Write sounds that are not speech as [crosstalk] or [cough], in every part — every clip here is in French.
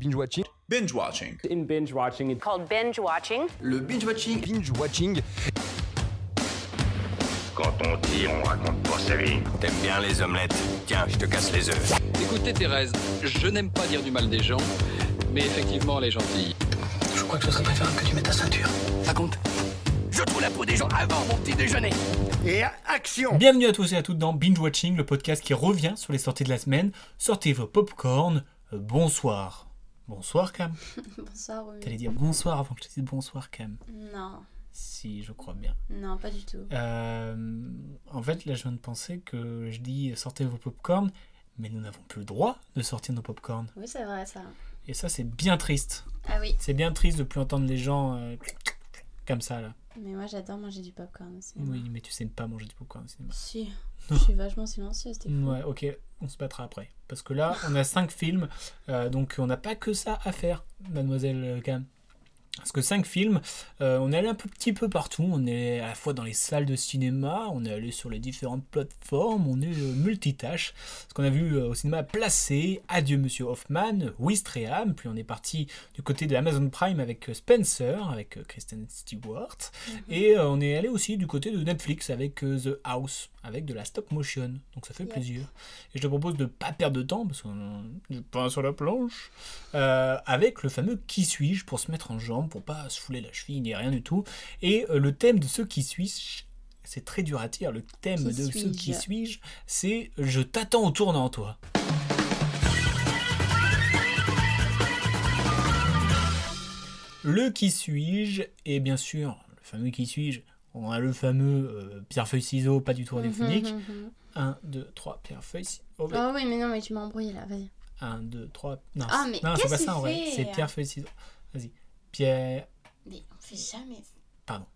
Binge watching. Binge watching. In binge watching, called binge watching. Le binge watching. Binge watching. Quand on tire, on raconte pas sa vie. T'aimes bien les omelettes Tiens, je te casse les œufs. Écoutez Thérèse, je n'aime pas dire du mal des gens, mais effectivement elle est gentille. Je crois que ce serait préférable que tu mettes ta ceinture. Raconte. Je trouve la peau des gens avant mon petit déjeuner. Et action Bienvenue à tous et à toutes dans Binge Watching, le podcast qui revient sur les sorties de la semaine. Sortez vos popcorn. Euh, bonsoir. Bonsoir Cam. bonsoir. Oui. T'allais dire bonsoir avant que je te dise bonsoir Cam. Non. Si, je crois bien. Non, pas du tout. Euh, en fait, là, je viens de penser que je dis sortez vos popcorn, mais nous n'avons plus le droit de sortir nos popcorn. Oui, c'est vrai ça. Et ça, c'est bien triste. Ah oui. C'est bien triste de plus entendre les gens euh, comme ça là. Mais moi, j'adore manger du popcorn au cinéma. Oui, mais tu sais ne pas manger du popcorn au cinéma. Si. je suis vachement silencieuse, t'es fou. Ouais, ok, on se battra après. Parce que là, on a 5 [laughs] films, euh, donc on n'a pas que ça à faire, mademoiselle Cam. Parce que 5 films, euh, on est allé un peu, petit peu partout, on est à la fois dans les salles de cinéma, on est allé sur les différentes plateformes, on est euh, multitâche. Ce qu'on a vu euh, au cinéma Placé, Adieu Monsieur Hoffman, Wistreham, puis on est parti du côté de Amazon Prime avec euh, Spencer, avec euh, Kristen Stewart, mm -hmm. et on est allé aussi du côté de Netflix avec euh, The House, avec de la stop motion, donc ça fait yep. plaisir. Et je te propose de ne pas perdre de temps, parce qu'on a du pain sur la planche, Euh, avec le fameux Qui suis-je pour se mettre en jambe pour pas se fouler la cheville ni rien du tout. Et euh, le thème de ceux qui suis c'est très dur à dire, le thème qui de ceux qui suis-je, c'est je t'attends au tournant, toi. Le qui suis-je, et bien sûr, le fameux qui suis-je, on a le fameux euh, pierre-feuille-ciseau, pas du tout Mhm, radiophonique. [laughs] 1, 2, 3, pierre-feuille-ciseau. Oh, oh oui, mais non, mais tu m'as embrouillé là, vas-y. 1, 2, 3. Non, ah, mais non c'est pas ça fait hein en vrai, c'est pierre-feuille-ciseau. Vas-y. Pierre. Mais on fait jamais ça. Pardon.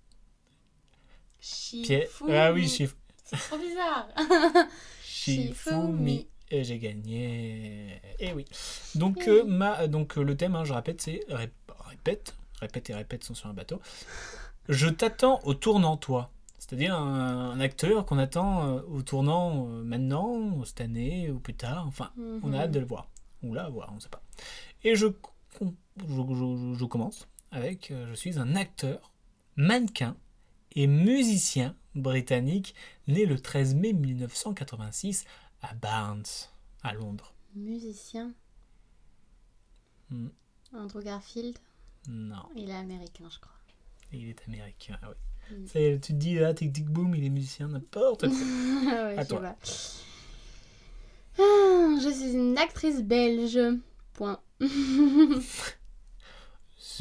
Pierre. Ah oui, Shif... C'est trop bizarre. [laughs] Shifumi. Et j'ai gagné. Et oui. Donc, Eh oui. Euh, ma, donc euh, le thème, hein, je répète, c'est rép... répète, répète et répète sont sur un bateau. Je t'attends au tournant, toi. C'est-à-dire un, un, acteur qu'on attend euh, au tournant maintenant, cette année ou plus tard. Enfin, mm -hmm. on a hâte de le voir. Ou là, voir, on sait pas. Et je je, je, je, commence avec euh, je suis un acteur, mannequin et musicien britannique né le 13 mai 1986 à Barnes, à Londres. Musicien Hmm. Andrew Garfield Non. Il est américain, je crois. Il est américain, ah oui. Mm. Ça, tu te dis, là, tic tic boom, il est musicien, n'importe quoi. ouais, à toi. Pas. Ah, je suis une actrice belge. Point.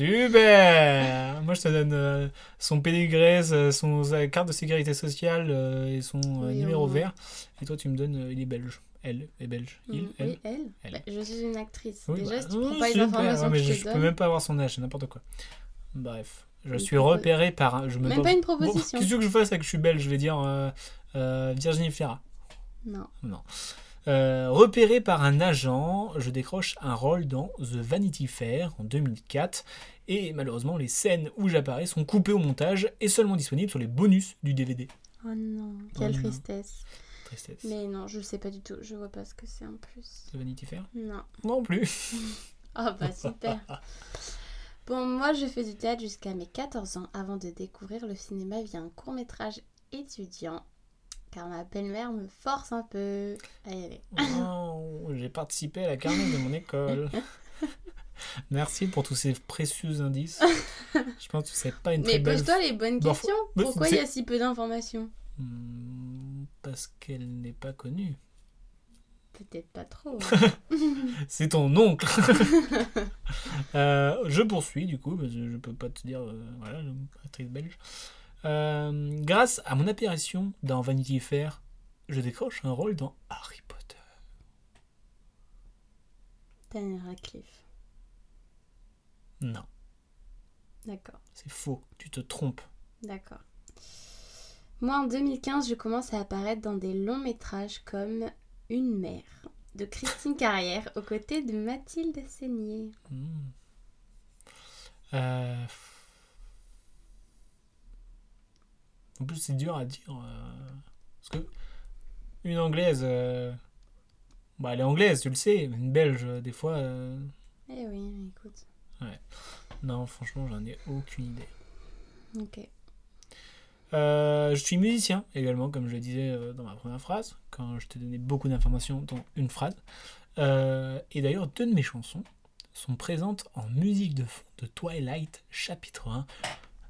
Super Moi je te donne euh, son pédigré, euh, son, sa carte de sécurité sociale euh, et son euh, Oui, numéro oui. vert. Et toi tu me donnes, euh, il est belge. Elle est belge. Il, Mm, elle. Oui, elle, Elle. Bah, Je suis une actrice. Oui, Déjà, bah, si tu prends oh, pas les super. informations Ouais, mais que je, je te peux donne- même pas avoir son âge, c'est n'importe quoi. Bref, je Une suis propo- repéré par. un- Je me Même dois- pas une Bon, proposition. Qu'est-ce que tu veux que je fasse avec je suis belge Je vais dire euh, euh, Virginie Fira. Non. Non. Euh, repéré par un agent, je décroche un rôle dans The Vanity Fair en 2004 et malheureusement les scènes où j'apparais sont coupées au montage et seulement disponibles sur les bonus du DVD. Oh non, quelle non. tristesse. Tristesse. Mais non, je sais pas du tout. Je vois pas ce que c'est en plus. The Vanity Fair Non. Non plus. Oh [laughs] bah super. bon, moi je fais du théâtre jusqu'à mes 14 ans avant de découvrir le cinéma via un court métrage étudiant. Car ma belle-mère me force un peu. Allez, allez. Wow, J'ai participé à la carnet de mon [laughs] école. Merci pour tous ces précieux [laughs] indices. Je pense que c'est pas une très Mais belle pose-toi les bonnes Bon, questions. mais Pourquoi il y a c'est- si peu d'informations Hmm, Parce qu'elle n'est pas connue. Peut-être pas trop. hein. [laughs] C'est ton oncle. [laughs] Euh, je poursuis du coup, parce que je peux pas te dire, euh, voilà, je- actrice belge. Euh, grâce à mon apparition dans Vanity Fair, je décroche un rôle dans Harry Potter. Daniel Radcliffe. Non, D'accord, c'est faux, tu te trompes. d'accord. Moi en 2015, je commence à apparaître dans des longs métrages comme Une mère de Christine Carrière aux côtés de Mathilde Seigné. Hmm. Euh, En plus, c'est dur à dire. euh, Parce que une anglaise, euh, bah, elle est anglaise, tu le sais, mais une belge, euh, des fois, euh, Eh oui, mais écoute. Non, franchement, j'en ai aucune idée. Ok. Euh, je suis musicien également, comme je le disais euh, dans ma première phrase, quand je t'ai donné beaucoup d'informations dans une phrase. Euh, et d'ailleurs, deux de mes chansons sont présentes en musique de fond de Twilight, chapitre 1,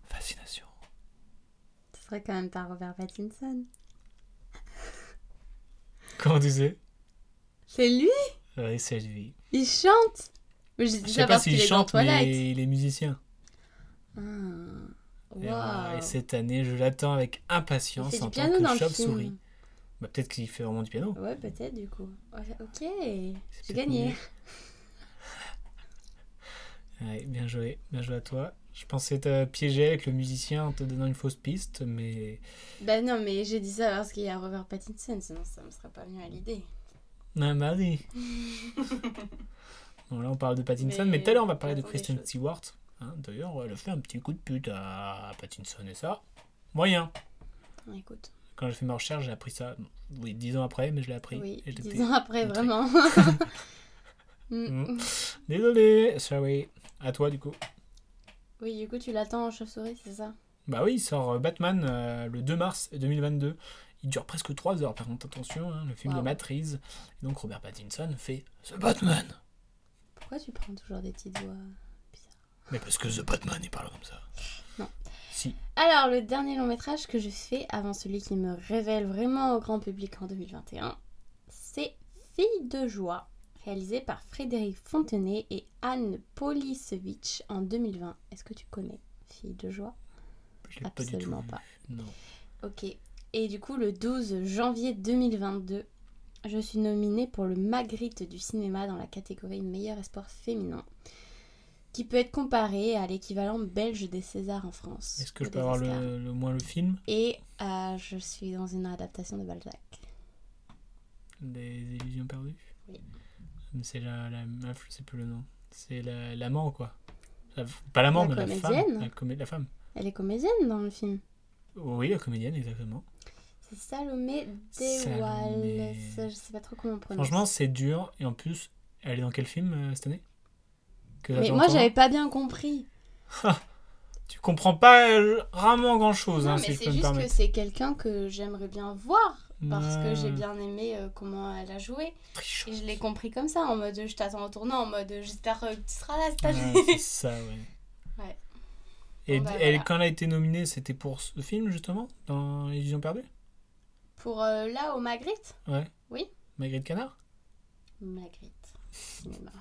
Fascination. Ce serait quand même pas Robert Pattinson. Comment tu sais C'est lui Oui, c'est lui. Il chante Mais je dis Je ça sais pas parce s'il qu'il est dans chante, Twilight. mais il est musicien. Ah. Et, voilà, Waouh. et cette année, je l'attends avec Il impatience fait en du tant piano dans que le chauve-souris. film. Bah, Peut-être qu'il fait vraiment du piano. Ouais, peut-être du coup. Ouais, Ok, peut-être j'ai gagné. mieux. [laughs] Ouais, bien joué, bien joué à toi. Je pensais te piéger avec le musicien en te donnant une fausse piste, mais. [laughs] Bah non, mais j'ai dit ça parce qu'il y a Robert Pattinson, sinon ça me serait pas venu à l'idée. Non, bah [laughs] oui. bon, là, on parle de Pattinson, Mais mais tout à l'heure, on va parler de j'attends des Kristen choses. Stewart. hein. D'ailleurs, elle a fait un petit coup de pute à Pattinson et ça. Moyen. Bon, Écoute, Quand j'ai fait ma recherche, j'ai appris ça, oui, dix ans après, mais je l'ai appris. oui, Et j'étais- dix ans après, intrigué. [laughs] vraiment. Mm. [laughs] Mm. Désolé, sorry. À toi, du coup. Oui, du coup, tu l'attends en chauve-souris, c'est ça Bah oui, il sort euh, Batman euh, le 2 mars 2022. Il dure presque 3 heures, par contre, attention, hein, le film de Wow. Matriz. Et donc Robert Pattinson fait The Batman. Pourquoi tu prends toujours des petites voix Mais parce que The Batman, il parle comme ça. Non. Si. Alors, le dernier long métrage que je fais avant celui qui me révèle vraiment au grand public en 2021, c'est Fille de joie, réalisé par Frédéric Fontenay et Anne Polisevich en 2020. Est-ce que tu connais Fille de joie Je l'ai pas du tout. Absolument vu. pas. Non. Ok. Et du coup, le 12 janvier 2022, je suis nominée pour le Magritte du cinéma dans la catégorie meilleur espoir féminin, qui peut être comparé à l'équivalent belge des Césars en France. Est-ce que ou je des peux avoir Oscars. le, le moins le film Et euh, je suis dans une adaptation de Balzac. Des illusions perdues Oui. Mais c'est la, la meuf, je sais plus le nom. C'est la- l'amant, quoi. La- pas l'amant, La mais la femme. comédienne La, comé- la femme. Elle est comédienne dans le film. Oui, la comédienne, exactement. C'est Salomé Salomé. Dewal. Je sais pas trop comment on prononce. Franchement, c'est dur. Et en plus, elle est dans quel film euh, cette année Que mais j'attends moi encore. j'avais pas bien compris. Tu comprends pas euh, rarement grand chose, Non, hein, mais si je c'est peux me juste que permettre. c'est quelqu'un que j'aimerais bien voir parce Ouais. que j'ai bien aimé euh, comment elle a joué et je l'ai compris comme ça en mode je t'attends au tournant en mode j'espère euh, que tu seras là cette année. [laughs] Ouais, c'est ça, ouais. Ouais. Et Bon, bah, elle, voilà. quand elle a été nominée, c'était pour ce film, justement, dans L'illusion perdue Pour euh, là au Magritte Ouais. Oui. Magritte Canard Magritte. Cinéma.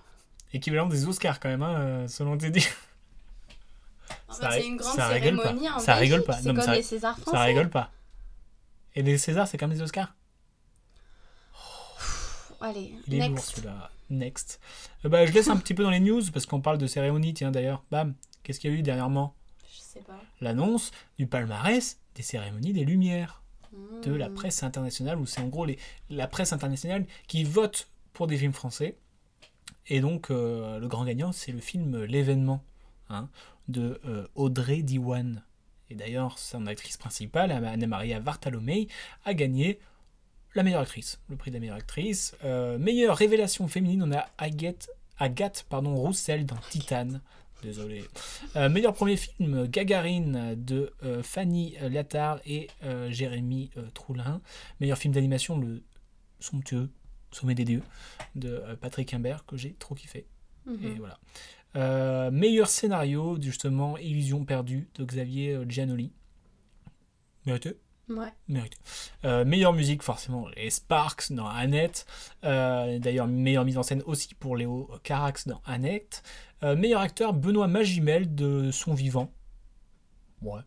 Équivalent des Oscars, quand même, hein, euh, selon tes dires. En Ça fait, ri- c'est une grande ça rigole cérémonie pas. en Ça rigole Belgique, pas. C'est Non, mais comme ça- les Césars français. Ça rigole pas. Et les Césars, c'est comme les Oscars. Allez, Il est lourd next. celui-là. Next. Euh, bah, je laisse un petit peu dans les news, parce qu'on parle de cérémonie, tiens, d'ailleurs. Bam. Qu'est-ce qu'il y a eu dernièrement Je sais pas. L'annonce du palmarès des cérémonies des Lumières. de la Hmm. presse internationale, où c'est en gros les, la presse internationale qui vote pour des films français. Et donc, euh, le grand gagnant, c'est le film L'événement hein, de euh, Audrey Diwan. Et d'ailleurs, son actrice principale, Anna Maria Vartalomei, a gagné la meilleure actrice, le prix de la meilleure actrice. Euh, meilleure révélation féminine, on a Agathe, Agathe pardon, Roussel dans Titane. Désolé. Euh, meilleur premier film, Gagarine de euh, Fanny Latard et euh, Jérémy euh, Troulin. Meilleur film d'animation, Le Somptueux, Sommet des Dieux, de euh, Patrick Imbert, que j'ai trop kiffé. Mhm. Et voilà. Euh, meilleur scénario, justement, Illusion perdue, de Xavier euh, Giannoli. Mérité Ouais. Mérité. Euh, meilleure musique, forcément, les Sparks dans Annette. Euh, D'ailleurs, meilleure mise en scène aussi pour Léo Carax dans Annette. Euh, meilleur acteur, Benoît Magimel de Son Vivant. Ouais.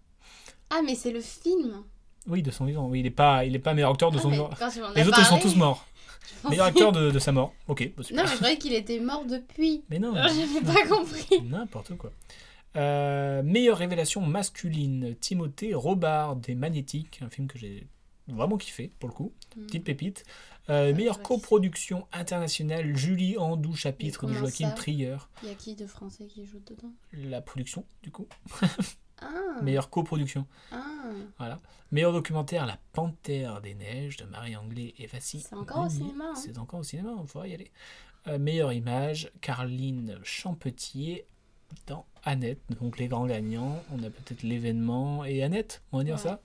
Ah, mais c'est le film. Oui, de Son Vivant. Oui, il n'est pas, il est pas meilleur acteur de Ah, Son mais Vivant. quand tu m'en as Les autres, ils sont parlé, tous morts. je pensais- Meilleur acteur de, de sa mort. Ok, bah, Non, super. mais je croyais qu'il était mort depuis. Mais [laughs] non. Alors, J'avais pas [laughs] compris. N'importe quoi. Euh, meilleure révélation masculine, Timothée Robard des Magnétiques, un film que j'ai vraiment kiffé pour le coup, petite pépite. Euh, Ouais, meilleure je vois qui coproduction internationale, Julie Andou, chapitre Mais de comment Joachim ça Trier, Il y a qui de français qui joue dedans la production du coup, Ah, meilleure coproduction. ah. Voilà. Meilleur documentaire, La Panthère des Neiges de Marie Anglais et Vassi. C'est encore au Lumi. cinéma, hein. C'est encore au cinéma, on pourra y aller. Euh, meilleure image, Carline Champetier dans Annette. Donc les grands gagnants, on a peut-être l'événement et Annette, on va dire Ouais. ça.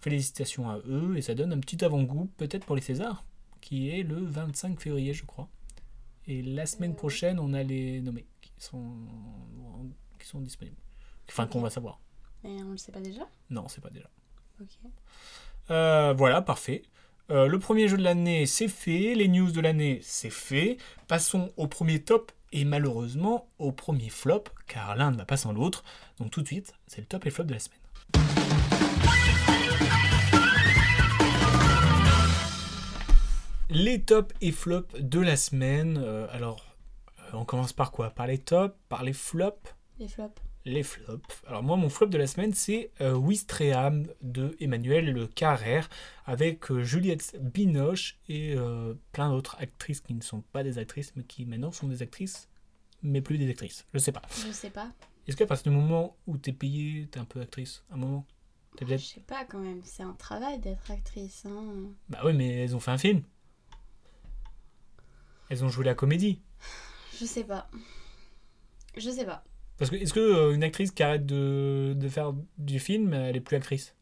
Félicitations à eux et ça donne un petit avant-goût peut-être pour les Césars, qui est le 25 février je crois. Et Euh, la semaine prochaine, on a les nommés qui sont, qui sont disponibles. Enfin, qu'on va savoir. Mais on le sait pas déjà Non, c'est pas déjà. Ok. Euh, voilà, parfait. Euh, le premier jeu de l'année, c'est fait. Les news de l'année, c'est fait. Passons au premier top et malheureusement au premier flop, car l'un ne va pas sans l'autre. Donc tout de suite, c'est le top et flop de la semaine. Les tops et flops de la semaine. Euh, alors, euh, on commence par quoi Par les tops, par les flops Les flops. les flops. Alors moi, mon flop de la semaine, c'est euh, Wistreham de Emmanuel Carrère avec euh, Juliette Binoche et euh, plein d'autres actrices qui ne sont pas des actrices, mais qui maintenant sont des actrices, mais plus des actrices. Je sais pas. Je sais pas. Est-ce qu'à partir du moment où t'es payé, t'es un peu actrice Un moment T'es Je peut-être... sais pas quand même. C'est un travail d'être actrice. Hein. Bah oui, mais elles ont fait un film. Elles ont joué la comédie. Je sais pas. Je sais pas. Parce que est-ce que euh, une actrice qui arrête de, de faire du film, elle est plus actrice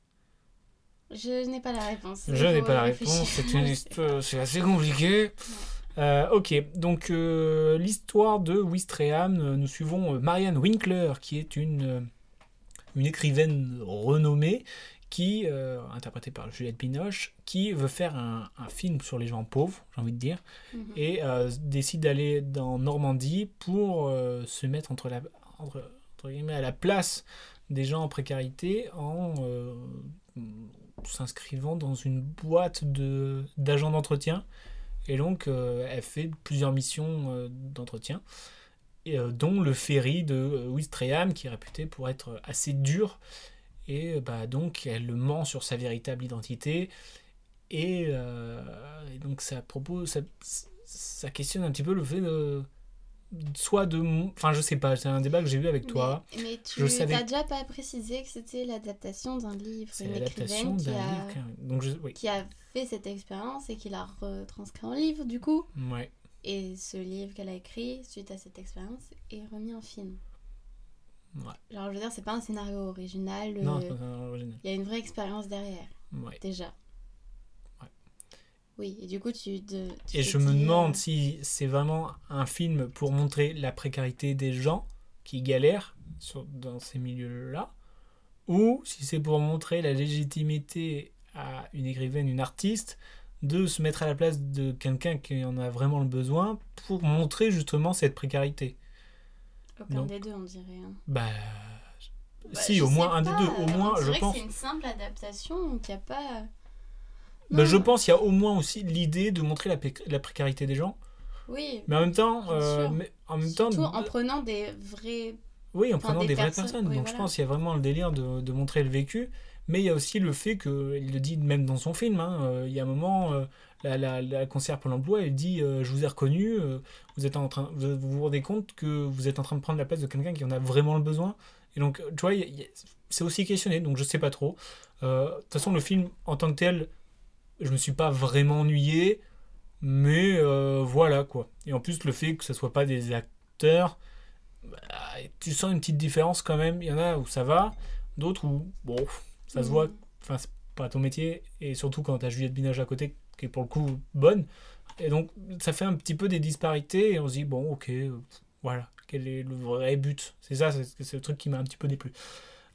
Je n'ai pas la réponse. Je Il n'ai faut pas la réfléchir. réponse, c'est [laughs] une histo- c'est assez compliqué. Euh, ok, donc euh, l'histoire de Wistreham, euh, nous suivons euh, Marianne Winkler, qui est une, euh, une écrivaine renommée, qui, euh, interprétée par Juliette Binoche, qui veut faire un, un film sur les gens pauvres, j'ai envie de dire, Mhm. et euh, décide d'aller dans Normandie pour euh, se mettre entre la, entre- entre guillemets, à la place des gens en précarité en euh, s'inscrivant dans une boîte de d'agents d'entretien. Et donc, euh, elle fait plusieurs missions euh, d'entretien, et, euh, dont le ferry de euh, Ouistreham, qui est réputé pour être assez dur. Et euh, bah, donc, elle le ment sur sa véritable identité. Et, euh, et donc, ça propose, ça, ça questionne un petit peu le fait de. Soit de. mon- Enfin, je sais pas, c'est un débat que j'ai eu avec toi. Mais, mais tu je n'as savais- déjà pas précisé que c'était l'adaptation d'un livre. C'est Une l'adaptation écrivaine qui d'un a... livre. qu'un- Donc, je... oui. qui a fait cette expérience et qui l'a retranscrit en livre du coup. Ouais. Et ce livre qu'elle a écrit suite à cette expérience est remis en film. Ouais. Genre je veux dire c'est pas un scénario original. euh, Non, c'est pas original. Il y a une vraie expérience derrière Ouais. déjà. Ouais. Oui et du coup tu. te- tu Et te je me dis, demande euh, si c'est vraiment un film pour montrer la précarité des gens qui galèrent sur- dans ces milieux-là, ou si c'est pour montrer la légitimité à une écrivaine, une artiste, de se mettre à la place de quelqu'un qui en a vraiment le besoin pour montrer justement cette précarité. euh, Aucun non. des deux on dirait. hein. Bah, Bah, si, je au moins sais un pas, des deux, au euh, moins, on je dirait que pense. C'est une simple adaptation qu'il n'y a pas. Bah, Non, je pense qu'il y a au moins aussi l'idée de montrer la, pré- la précarité des gens, Oui. mais en même temps, Bien euh, sûr. mais en même temps, euh, Surtout en de- prenant des vrais. oui, en enfin, prenant des, des vraies personnes, personnes. oui, Donc je voilà. pense qu'il y a vraiment le délire de, de montrer le vécu, mais il y a aussi le fait que il le dit même dans son film. hein, euh, il y a un moment, euh, la, la, la concert pour l'emploi, elle dit euh, je vous ai reconnu, euh, vous êtes en train, vous vous vous rendez compte que vous êtes en train de prendre la place de quelqu'un qui en a vraiment le besoin. Et donc tu vois, il y a- il y a- c'est aussi questionné. Donc je sais pas trop. Euh, De toute façon, le film en tant que tel, je me suis pas vraiment ennuyé, mais euh, voilà quoi. Et en plus, le fait que ce soit pas des acteurs, bah, tu sens une petite différence quand même. Il y en a où ça va, d'autres où bon, ça se voit. Enfin, c'est pas ton métier, et surtout quand t'as Juliette Binoche à côté qui est pour le coup bonne. Et donc, ça fait un petit peu des disparités, et on se dit bon, ok, euh, voilà, quel est le vrai but C'est ça, c'est c'est le truc qui m'a un petit peu déplu.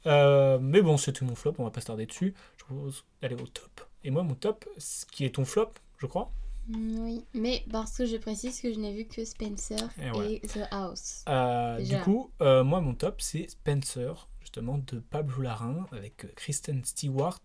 Euh, mais bon, c'était mon flop, on va pas se tarder dessus. Je propose d'aller au top. Et moi, mon top, ce qui est ton flop, je crois. Mm, Oui, mais parce que je précise que je n'ai vu que Spencer Et et, voilà. The House. Euh, du Déjà. coup, euh, moi, mon top, c'est Spencer, justement, de Pablo Larrain, avec euh, Kristen Stewart,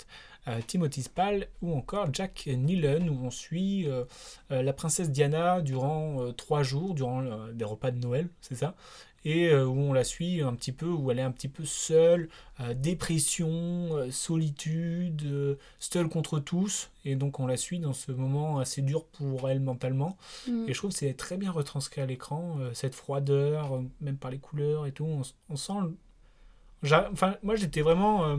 euh, Timothy Spall ou encore Jack Neelan, où on suit euh, euh, la princesse Diana durant euh, trois jours, durant euh, des repas de Noël, c'est ça et euh, où on la suit un petit peu, où elle est un petit peu seule, euh, dépression, euh, solitude, euh, seule contre tous, et donc on la suit dans ce moment assez dur pour elle mentalement, Mm. et je trouve que c'est très bien retranscrit à l'écran, euh, cette froideur, euh, même par les couleurs et tout. On, s- on sent. le- j'a- Enfin, moi, j'étais vraiment euh,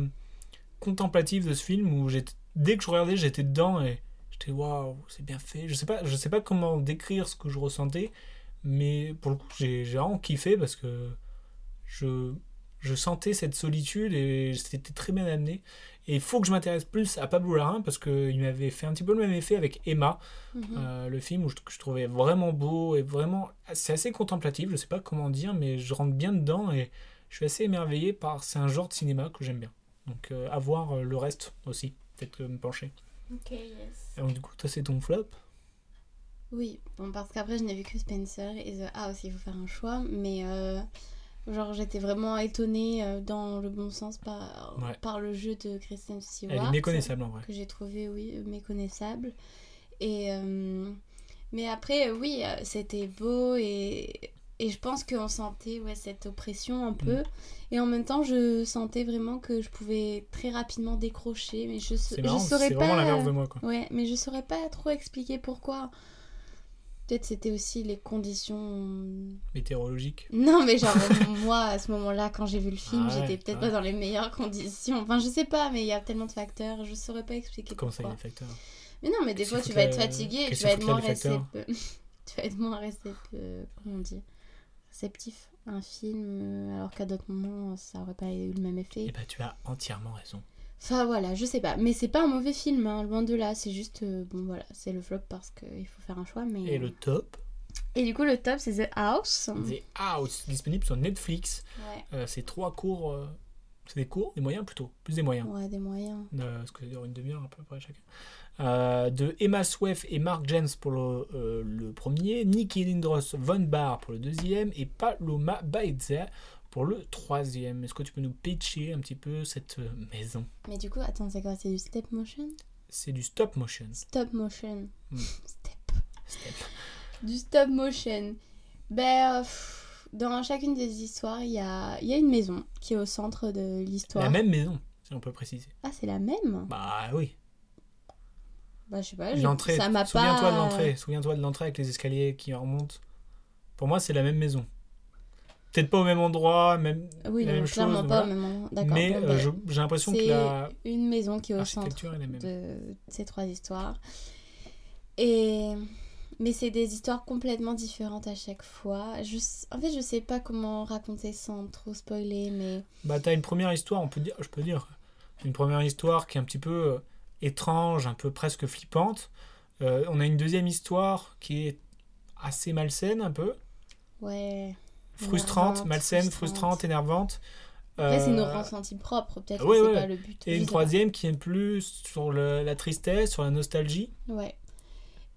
contemplatif de ce film où j'étais- dès que je regardais, j'étais dedans et j'étais waouh, c'est bien fait. Je sais pas, je sais pas comment décrire ce que je ressentais, Mais pour le coup, j'ai j'ai vraiment kiffé parce que je, je sentais cette solitude et c'était très bien amené. Et il faut que je m'intéresse plus à Pablo Larrain parce qu'il m'avait fait un petit peu le même effet avec Emma, Mm, euh, le film où je, que je trouvais vraiment beau et vraiment. C'est assez contemplatif, je sais pas comment dire, mais je rentre bien dedans et je suis assez émerveillé par. C'est un genre de cinéma que j'aime bien. Donc euh, à voir euh, le reste aussi, peut-être euh, me pencher. Ok, yes. Et donc, du coup, toi, c'est ton flop Oui, bon, parce qu'après, je n'ai vu que Spencer et The House, il faut faire un choix, mais euh, genre, j'étais vraiment étonnée euh, dans le bon sens par, Ouais. par le jeu de Kristen Stewart. Elle est méconnaissable en vrai. Que j'ai trouvé, oui, euh, méconnaissable. Et, euh, mais après, euh, oui, euh, c'était beau et, et je pense qu'on sentait ouais, cette oppression Mm. un peu. Et en même temps, je sentais vraiment que je pouvais très rapidement décrocher, mais je, C'est ne marrant, c'est saurais pas. euh, vraiment l'inverse de moi. Quoi. Ouais, mais je saurais pas trop expliquer pourquoi. Peut-être c'était aussi les conditions. Météorologique. Non, [laughs] mais genre, moi, à ce moment-là, quand j'ai vu le film, Ah ouais, j'étais peut-être ouais. pas dans les meilleures conditions. Enfin, je sais pas, mais il y a tellement de facteurs, je saurais pas expliquer Comment ça, il y a pourquoi. des facteurs mais non, mais des Qu'est-ce fois, qu'il tu faut vas être que la- fatigué et qu'est-ce tu vas qu'il être faut moins que la- les facteurs réceptif. [laughs] tu vas être moins réceptif. Comment on dit Réceptif à un film, euh, alors qu'à d'autres moments, ça aurait pas eu le même effet. Eh ben, tu as entièrement raison. Enfin voilà, je sais pas. Mais c'est pas un mauvais film, hein, loin de là. C'est juste, euh, bon voilà, c'est le flop parce qu'il faut faire un choix. Mais... Et le top, Et du coup, le top, c'est The House. The House, disponible sur Netflix. Mm. Ouais. Euh, c'est trois cours. euh, c'est des cours Des moyens plutôt Plus des moyens. Ouais, des moyens. Euh, parce que ça dure une demi-heure à peu près chacun. Euh, de Emma Sweff et Mark James pour le, euh, le premier, Nicky Lindros Von Bar pour le deuxième et Paloma Baeza pour le troisième. Est-ce que tu peux nous pitcher un petit peu cette euh, maison Mais du coup, attends, c'est quoi C'est du step motion C'est du stop motion. Stop motion. Mm. Step. Step. Du stop motion. Ben, euh, pff, dans chacune des histoires, il y a... il y a une maison qui est au centre de l'histoire. La même maison, si on peut préciser. Ah, c'est la même Bah oui. Bah, je sais pas. je- L'entrée. Ça m'a pas. euh. Souviens-toi de l'entrée. Souviens-toi de l'entrée avec les escaliers qui remontent. Pour moi, c'est la même maison. Peut-être pas au même endroit, même Oui, la non, même chose. clairement pas voilà. au même moment. D'accord. Mais bon, euh, ben, je- j'ai l'impression que C'est la une maison qui est au centre architecture est la même. de ces trois histoires. Et... Mais c'est des histoires complètement différentes à chaque fois. Je... s- En fait, je sais pas comment raconter sans trop spoiler, mais... Bah, t'as une première histoire, on peut dire, je peux dire, une première histoire qui est un petit peu euh, étrange, un peu presque flippante. Euh, on a une deuxième histoire qui est assez malsaine, un peu Ouais. frustrante, Énervante, malsaine, frustrante, frustrante. énervante. Après, c'est nos Euh, ressentis propres, peut-être ouais, que c'est ouais. pas le but. et je une sais troisième qui est plus sur le- la tristesse, sur la nostalgie. pas. Ouais.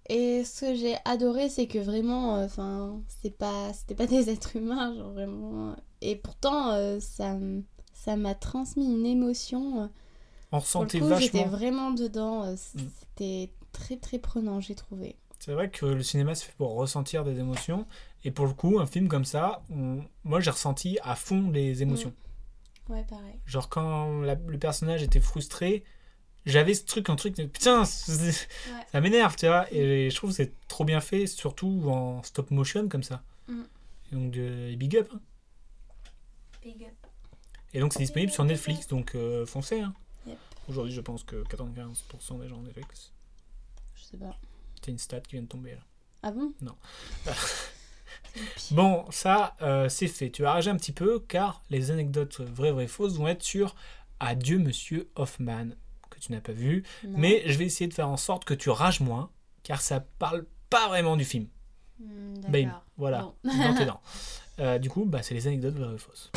Et ce que j'ai adoré, c'est que vraiment, euh, enfin, c'est pas, c'était pas des êtres humains, genre vraiment. Et pourtant, euh, ça, m- ça m'a transmis une émotion. On euh, Pour le ressentait coup, vachement. j'étais vraiment dedans. euh, c- Mm. C'était très très prenant, j'ai trouvé. C'est vrai que le cinéma se fait pour ressentir des émotions. Et pour le coup, un film comme ça, on- moi j'ai ressenti à fond les émotions. Ouais, pareil. Genre quand la- le personnage était frustré, j'avais ce truc, un truc, de, putain, [laughs] c'est- ça m'énerve, tu vois. Et je trouve que c'est trop bien fait, surtout en stop motion comme ça. Mm. Et donc de big up. hein. Et donc c'est disponible sur Netflix, donc euh, foncez. hein. Yep. Aujourd'hui, je pense que 95% des gens ont Netflix. Je sais pas. C'est une stat qui vient de tomber là. Ah bon Bon, ça, euh, c'est fait. Tu vas rager un petit peu, car les anecdotes vraies, vraies, fausses vont être sur Adieu, monsieur Hoffman, que tu n'as pas vu. Non. Mais je vais essayer de faire en sorte que tu rages moins, car ça parle pas vraiment du film. Hmm, Bim, D'accord. voilà. Bon. Dans tes dents. Euh, du coup, bah, c'est les anecdotes vraies ou fausses.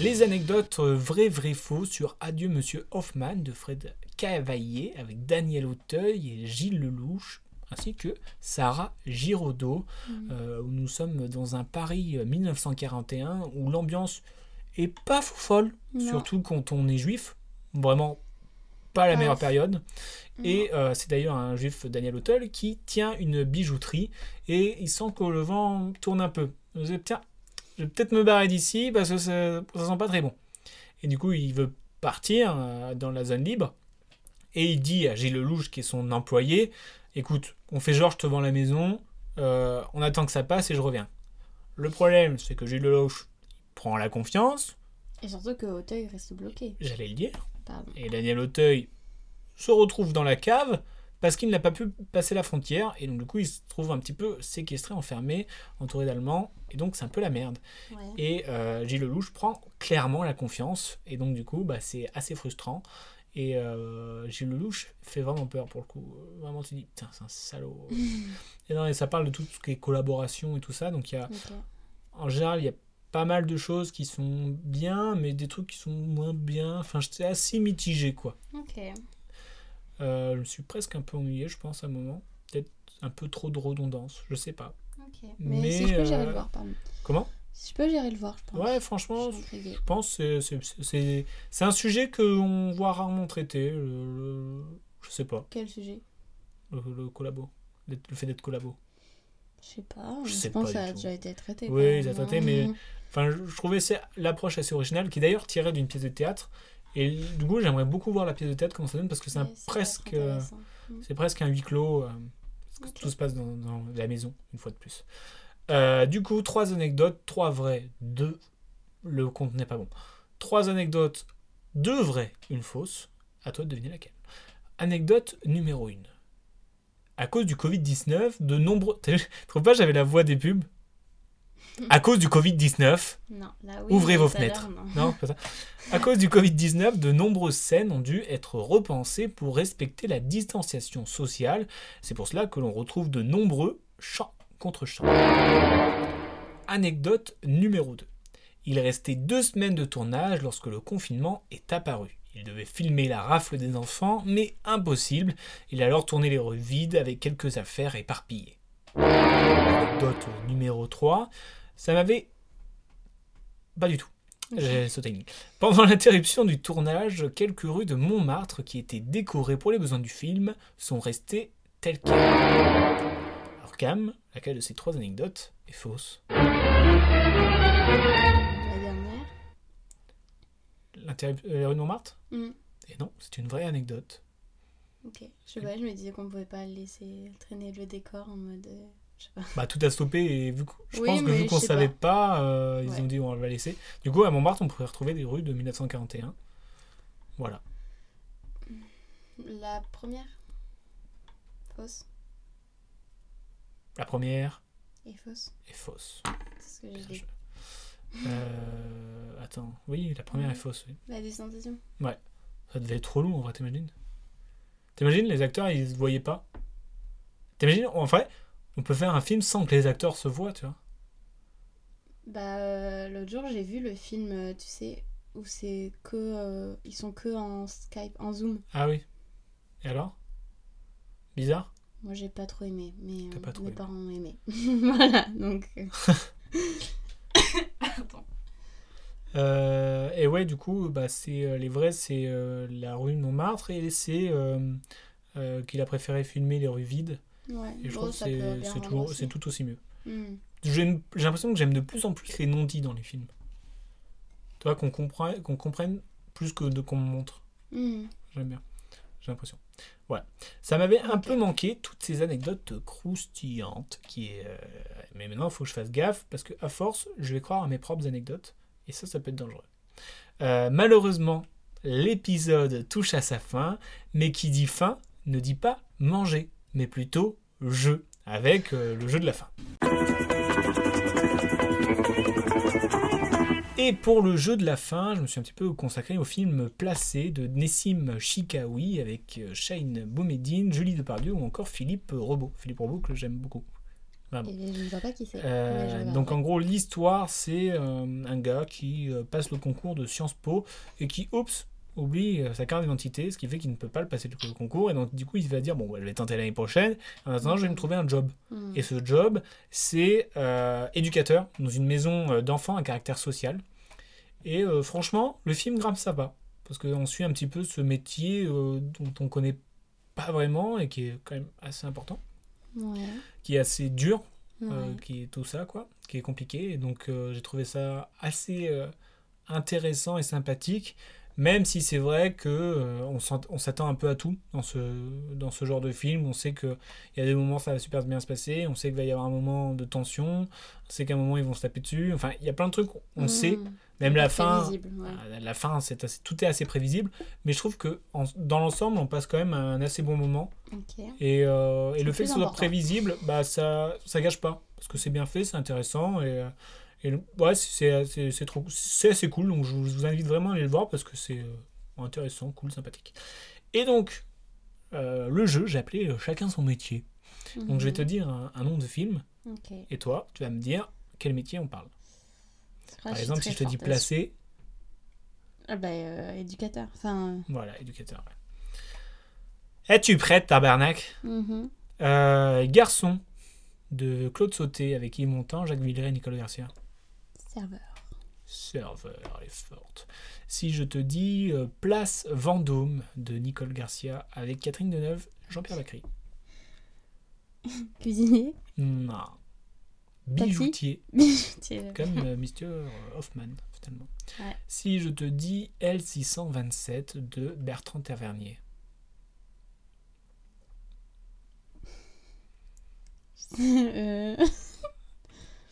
Les anecdotes euh, vraies, vraies, faux sur Adieu Monsieur Hoffman de Fred Cavaillé avec Daniel Auteuil et Gilles Lelouch ainsi que Sarah Giraudot Mm. euh, où nous sommes dans un Paris euh, 1941 où l'ambiance est pas fou folle Non. surtout quand on est juif vraiment pas la Pas meilleure ouf. période Non. et euh, c'est d'ailleurs un juif Daniel Auteuil qui tient une bijouterie et il sent que le vent tourne un peu. Il se dit, tiens, je vais peut-être me barrer d'ici parce que ça, ça sent pas très bon. Et du coup, il veut partir euh, dans la zone libre et il dit à Gilles Lelouch, qui est son employé, écoute, on fait genre, je te vends la maison, euh, on attend que ça passe et je reviens. Le problème, c'est que Gilles Lelouch prend la confiance, Et surtout que Auteuil reste bloqué. j'allais le dire, Pardon. et Daniel Auteuil se retrouve dans la cave parce qu'il n'a pas pu passer la frontière, et donc du coup il se trouve un petit peu séquestré, enfermé, entouré d'Allemands, et donc c'est un peu la merde. Ouais. Et euh, Gilles Lelouch prend clairement la confiance, et donc du coup bah, c'est assez frustrant. Et euh, Gilles Lelouch fait vraiment peur pour le coup. Vraiment, tu dis, putain, c'est un salaud. et non, et ça parle de tout ce qui est collaboration et tout ça, donc il y a Ok. en général, il y a pas mal de choses qui sont bien, mais des trucs qui sont moins bien. Enfin, j'étais assez mitigé, quoi. Ok. Euh, je me suis presque un peu ennuyé, je pense, à un moment. Peut-être un peu trop de redondance, je sais pas. ok. Mais, Mais, si je peux, j'irai euh, le voir, pardon. Comment Si je peux, j'irai le voir, je pense. Ouais, Je franchement, suis intriguée. je pense que c'est- c'est- c'est c'est un sujet qu'on voit rarement traité. Le, le- je sais pas, Quel sujet le, le collabo. D'être- Le fait d'être collabo. Je sais pas. Je Je, sais pas pense que ça du a tout. déjà été traité. Oui, quand ils ont même. hein. traité, mais- Enfin, je je trouvais c'est l'approche assez originale, qui est d'ailleurs tirée d'une pièce de théâtre. Et du coup, j'aimerais beaucoup voir la pièce de théâtre, comment ça donne, parce que c'est un Ouais, ça doit être presque. euh, intéressant. C'est presque un huis clos. euh, parce que Ok. Tout se passe dans, dans la maison, une fois de plus. Euh, du coup, trois anecdotes, trois vraies, deux. Le compte n'est pas bon. Trois anecdotes, deux vraies, une fausse. À toi de deviner laquelle. Anecdote numéro une. À cause du Covid-19, de nombreux. [laughs] T'as vu, tu trouves pas, j'avais la voix des pubs À cause du Covid-19, Non, là, Ah oui, Ouvrez mais vos tout à l'heure, fenêtres. non. non, c'est pas ça. À cause du Covid-19, de nombreuses scènes ont dû être repensées pour respecter la distanciation sociale. C'est pour cela que l'on retrouve de nombreux chants contre chants. Anecdote numéro 2. Il restait deux semaines de tournage lorsque le confinement est apparu. Il devait filmer la rafle des enfants, mais impossible. Il a alors tourné les rues vides avec quelques affaires éparpillées. Anecdote numéro 3. Ça m'avait... Pas du tout. J'ai sauté une ligne. Pendant [laughs] l'interruption du tournage, quelques rues de Montmartre qui étaient décorées pour les besoins du film sont restées telles quelles. Alors Cam, laquelle de ces trois anecdotes est fausse La dernière L'interrup- euh, Les rues de Montmartre Mm. Et non, c'est une vraie anecdote. Ok. Je sais pas, je me disais qu'on pouvait pas laisser traîner le décor en mode. euh, Je sais pas. Bah tout a stoppé et vu que- je Oui, pense que mais vu je qu'on sais savait pas, euh, ils Ouais. ont dit on va laisser. Du coup à Montmartre on pourrait retrouver des rues de 1941. Voilà. La première Fausse La première Et fausse est fausse. C'est ce que j'ai Ça, dit. je- Euh, attends, oui, la première est Mm. fausse. oui. La distanciation Ça devait être trop long, en vrai, t'imagines T'imagines, les acteurs, ils se voyaient pas T'imagines, en vrai, on peut faire un film sans que les acteurs se voient, tu vois Bah, euh, l'autre jour, j'ai vu le film, euh, tu sais, où c'est que. euh, ils sont que en Skype, en Zoom. Ah oui. Et alors Bizarre Moi, j'ai pas trop aimé, mais T'as euh, pas trop mes aimé. parents ont aimé. [laughs] voilà, donc. euh, Euh, Et ouais, du coup, bah, c'est euh, les vrais, c'est euh, la rue de Montmartre, et c'est euh, euh, qu'il a préféré filmer les rues vides. Ouais, Et je trouve que bon, Oh, ça peut c'est bien c'est rendre toujours- aussi. c'est tout aussi mieux. Hmm. J'aime- J'ai l'impression que j'aime de plus en plus les non-dits dans les films. Tu vois, qu'on comprenne, qu'on comprenne plus que de qu'on me montre. Hmm. J'aime bien. J'ai l'impression. Voilà. Ça m'avait un peu manqué, toutes ces anecdotes croustillantes. Qui est, euh, Mais maintenant, il faut que je fasse gaffe, parce que à force, je vais croire à mes propres anecdotes. Et ça, ça peut être dangereux. Euh, malheureusement, l'épisode touche à sa fin, mais qui dit fin ne dit pas manger, mais plutôt jeu, avec euh, le jeu de la fin. Et pour le jeu de la fin, je me suis un petit peu consacré au film Placé de Nessim Chikaoui avec euh, Shane Boumedine, Julie Depardieu ou encore Philippe Rebaud. Philippe Rebaud que j'aime beaucoup. Bon. Et je ne vois pas qui c'est. Euh, mais je regarde. donc en gros l'histoire c'est euh, un gars qui euh, passe le concours de Sciences Po et qui oups oublie euh, sa carte d'identité ce qui fait qu'il ne peut pas le passer le concours et donc du coup il va dire bon bah, je vais tenter l'année prochaine en attendant je vais me trouver un job Hmm. et ce job, c'est euh, éducateur dans une maison euh, d'enfants à caractère social. Et euh, franchement, le film grimpe ça pas. Parce qu'on suit un petit peu ce métier euh, dont on connaît pas vraiment et qui est quand même assez important, Ouais. qui est assez dur, ouais. euh, qui est tout ça, quoi, qui est compliqué. Et donc euh, j'ai trouvé ça assez euh, intéressant et sympathique. Même si c'est vrai que euh, on s'en- on s'attend un peu à tout dans ce, dans ce genre de film. On sait qu'il y a des moments ça va super bien se passer, on sait qu'il va y avoir un moment de tension, on sait qu'à un moment ils vont se taper dessus. Enfin, il y a plein de trucs, on Mm. sait. Même la fin, Prévisible, ouais. à la- la fin, c'est assez- tout est assez prévisible, mais je trouve que en- dans l'ensemble, on passe quand même un assez bon moment. Ok. Et, euh, et C'est le le fait que plus ce soit important. prévisible, bah ça, ça gâche pas, parce que c'est bien fait, c'est intéressant et, euh, et le- ouais, c'est c'est- c'est trop, c'est assez cool. Donc je vous je vous invite vraiment à aller le voir parce que c'est euh, intéressant, cool, sympathique. Et donc euh, le jeu, j'ai appelé euh, chacun son métier. Donc je vais te Mhm. dire un, un nom de film Hmm. Ok. et toi, tu vas me dire quel métier on parle. Ah, Par suis exemple, très si je te dis forte là-dessus. placé, Ah bah, euh, éducateur. Enfin. Voilà, éducateur. ouais. Es-tu prête, tabarnak euh, mhm. Euh, Garçon de Claude Sauté avec Yves Montand, Jacques Villeray, Nicolas Garcia. Serveur. Serveur, elle est forte. Si je te dis euh, Place Vendôme de Nicole Garcia avec Catherine Deneuve, Jean-Pierre Bacry. Cuisinier. [laughs] Non. Bijoutier, Bijoutier. comme euh, Mr. Hoffman, finalement. Ouais. Si je te dis L627 de Bertrand Tavernier. [laughs] Euh,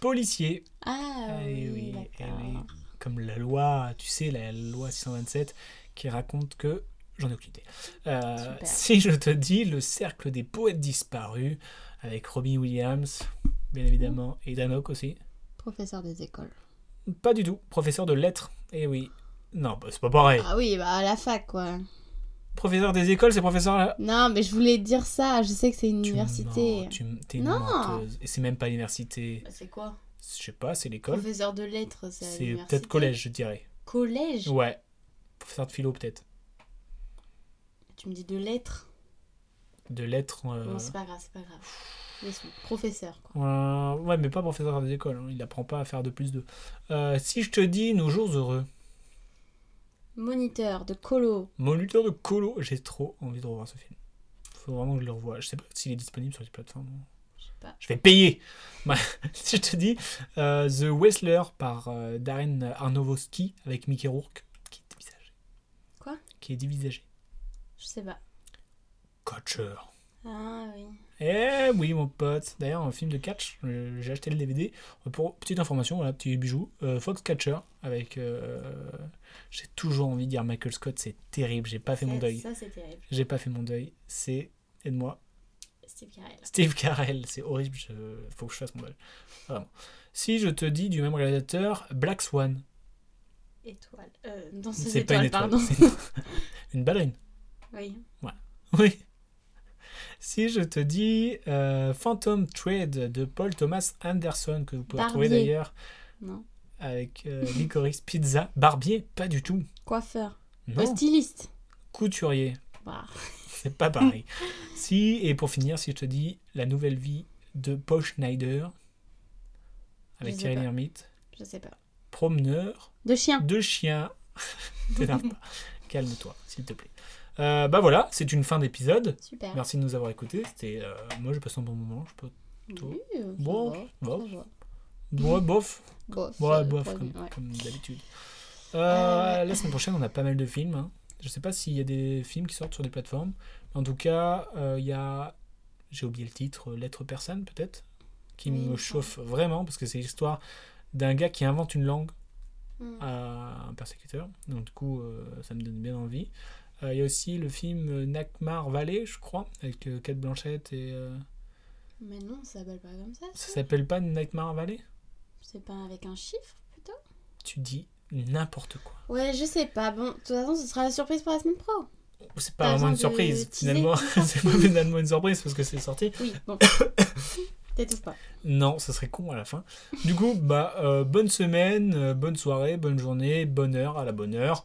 Policier, Ah Eh oui, oui, eh d'accord. oui. comme la loi, tu sais, la loi 627 qui raconte que. J'en ai aucune idée. Euh, Super. [laughs] si je te dis le cercle des poètes disparus avec Robbie Williams, bien évidemment, et Danok aussi. Professeur des écoles. Pas du tout, professeur de lettres. Eh oui. Non, bah, c'est pas pareil. Ah oui, bah à la fac quoi. Professeur des écoles, c'est professeur. à- Non, mais je voulais dire ça, je sais que c'est une Tu université. mens, Tu m- t'es Non. menteuse. Et c'est même pas l'université. Bah, C'est quoi Je sais pas, c'est l'école. Professeur de lettres, c'est à C'est l'université. peut-être collège, je dirais. Collège Ouais. Professeur de philo, peut-être. Tu me dis de lettres De lettres. euh, Non, c'est pas grave, c'est pas grave. Laisse-moi. Professeur quoi. Euh, ouais, mais pas professeur des écoles. hein. Il apprend pas à faire de plus de. Euh, si je te dis nos jours heureux, Moniteur de colo. mon lutteur de colo, j'ai trop envie de revoir ce film. Faut vraiment que je le revoie. Je sais pas s'il est disponible sur les plateformes. Je sais pas. Je vais payer. Bah, [laughs] si je te dis euh, The Wrestler par euh, Darren Arnowski avec Mickey Rourke, qui est dévisagé. Quoi Qui est dévisagé. Je sais pas. Catcher. Ah oui. Eh oui, mon pote. D'ailleurs, un film de catch, euh, j'ai acheté le DVD. Euh, Pour petite information, voilà, petit bijou. euh, Fox Catcher avec. euh, j'ai toujours envie de dire Michael Scott, c'est terrible. J'ai pas fait mon Ça, deuil. Ça c'est terrible. J'ai pas fait mon deuil. C'est. Aide-moi. Steve Carell. Steve Carell, c'est horrible. Je... Faut que je fasse mon deuil. Vraiment. Si je te dis du même réalisateur, Black Swan. Étoile. Euh, dans ces C'est pas une étoiles, étoile. pardon. c'est une [laughs] baleine. Oui. [laughs] Oui. Si je te dis euh, Phantom Trade de Paul Thomas Anderson, que vous pouvez retrouver Barbier. d'ailleurs Non. avec euh, Licorice Pizza. Barbier, pas du tout. Coiffeur. Non. Euh, styliste. Couturier, Bah, c'est pas [laughs] pareil. si, et pour finir, si je te dis La nouvelle vie de Paul Schneider avec Je sais Thierry pas. Lhermitte, je sais pas. Promeneur, De chien. Deux chiens. [laughs] T'énerve [laughs] pas. Calme-toi, s'il te plaît. Euh, bah voilà, c'est une fin d'épisode. Super. Merci de nous avoir écoutés. C'était, euh, moi, j'ai passé un bon moment. Je peux... toi. Oui, euh, ça Bon, va, bon. ça va. Ouais, bof. Bof. Ouais, euh, bof, pas comme, bien, ouais. comme d'habitude. Euh, Euh, La semaine prochaine, on a pas mal de films. hein. Je sais pas s'il y a des films qui sortent sur des plateformes. En tout cas, euh, il y a. J'ai oublié le titre, euh, Lettre persane, peut-être, qui Oui, il me me chauffe vraiment, parce que c'est l'histoire d'un gars qui invente une langue Mm. Ah. à un persécuteur. Donc, du coup, euh, ça me donne bien envie. Euh, Il y a aussi le film euh, Nakmar Valley, je crois, avec euh, Kate Blanchett et. euh, Mais non, ça s'appelle pas comme ça. Ça ça. s'appelle pas Nakmar Valley C'est pas avec un chiffre plutôt Tu dis n'importe quoi. Ouais, je sais pas. Bon, de toute façon, ce sera la surprise pour la semaine pro. C'est T'as pas vraiment besoin une de surprise, teaser finalement. [laughs] [laughs] tout ça. c'est pas finalement une surprise parce que c'est sorti. Oui, [coughs] bon. T'étouffes pas. Non, ça serait con à la fin. Du coup, bah, euh, bonne semaine, euh, bonne soirée, bonne journée, bonne heure, à la bonne heure.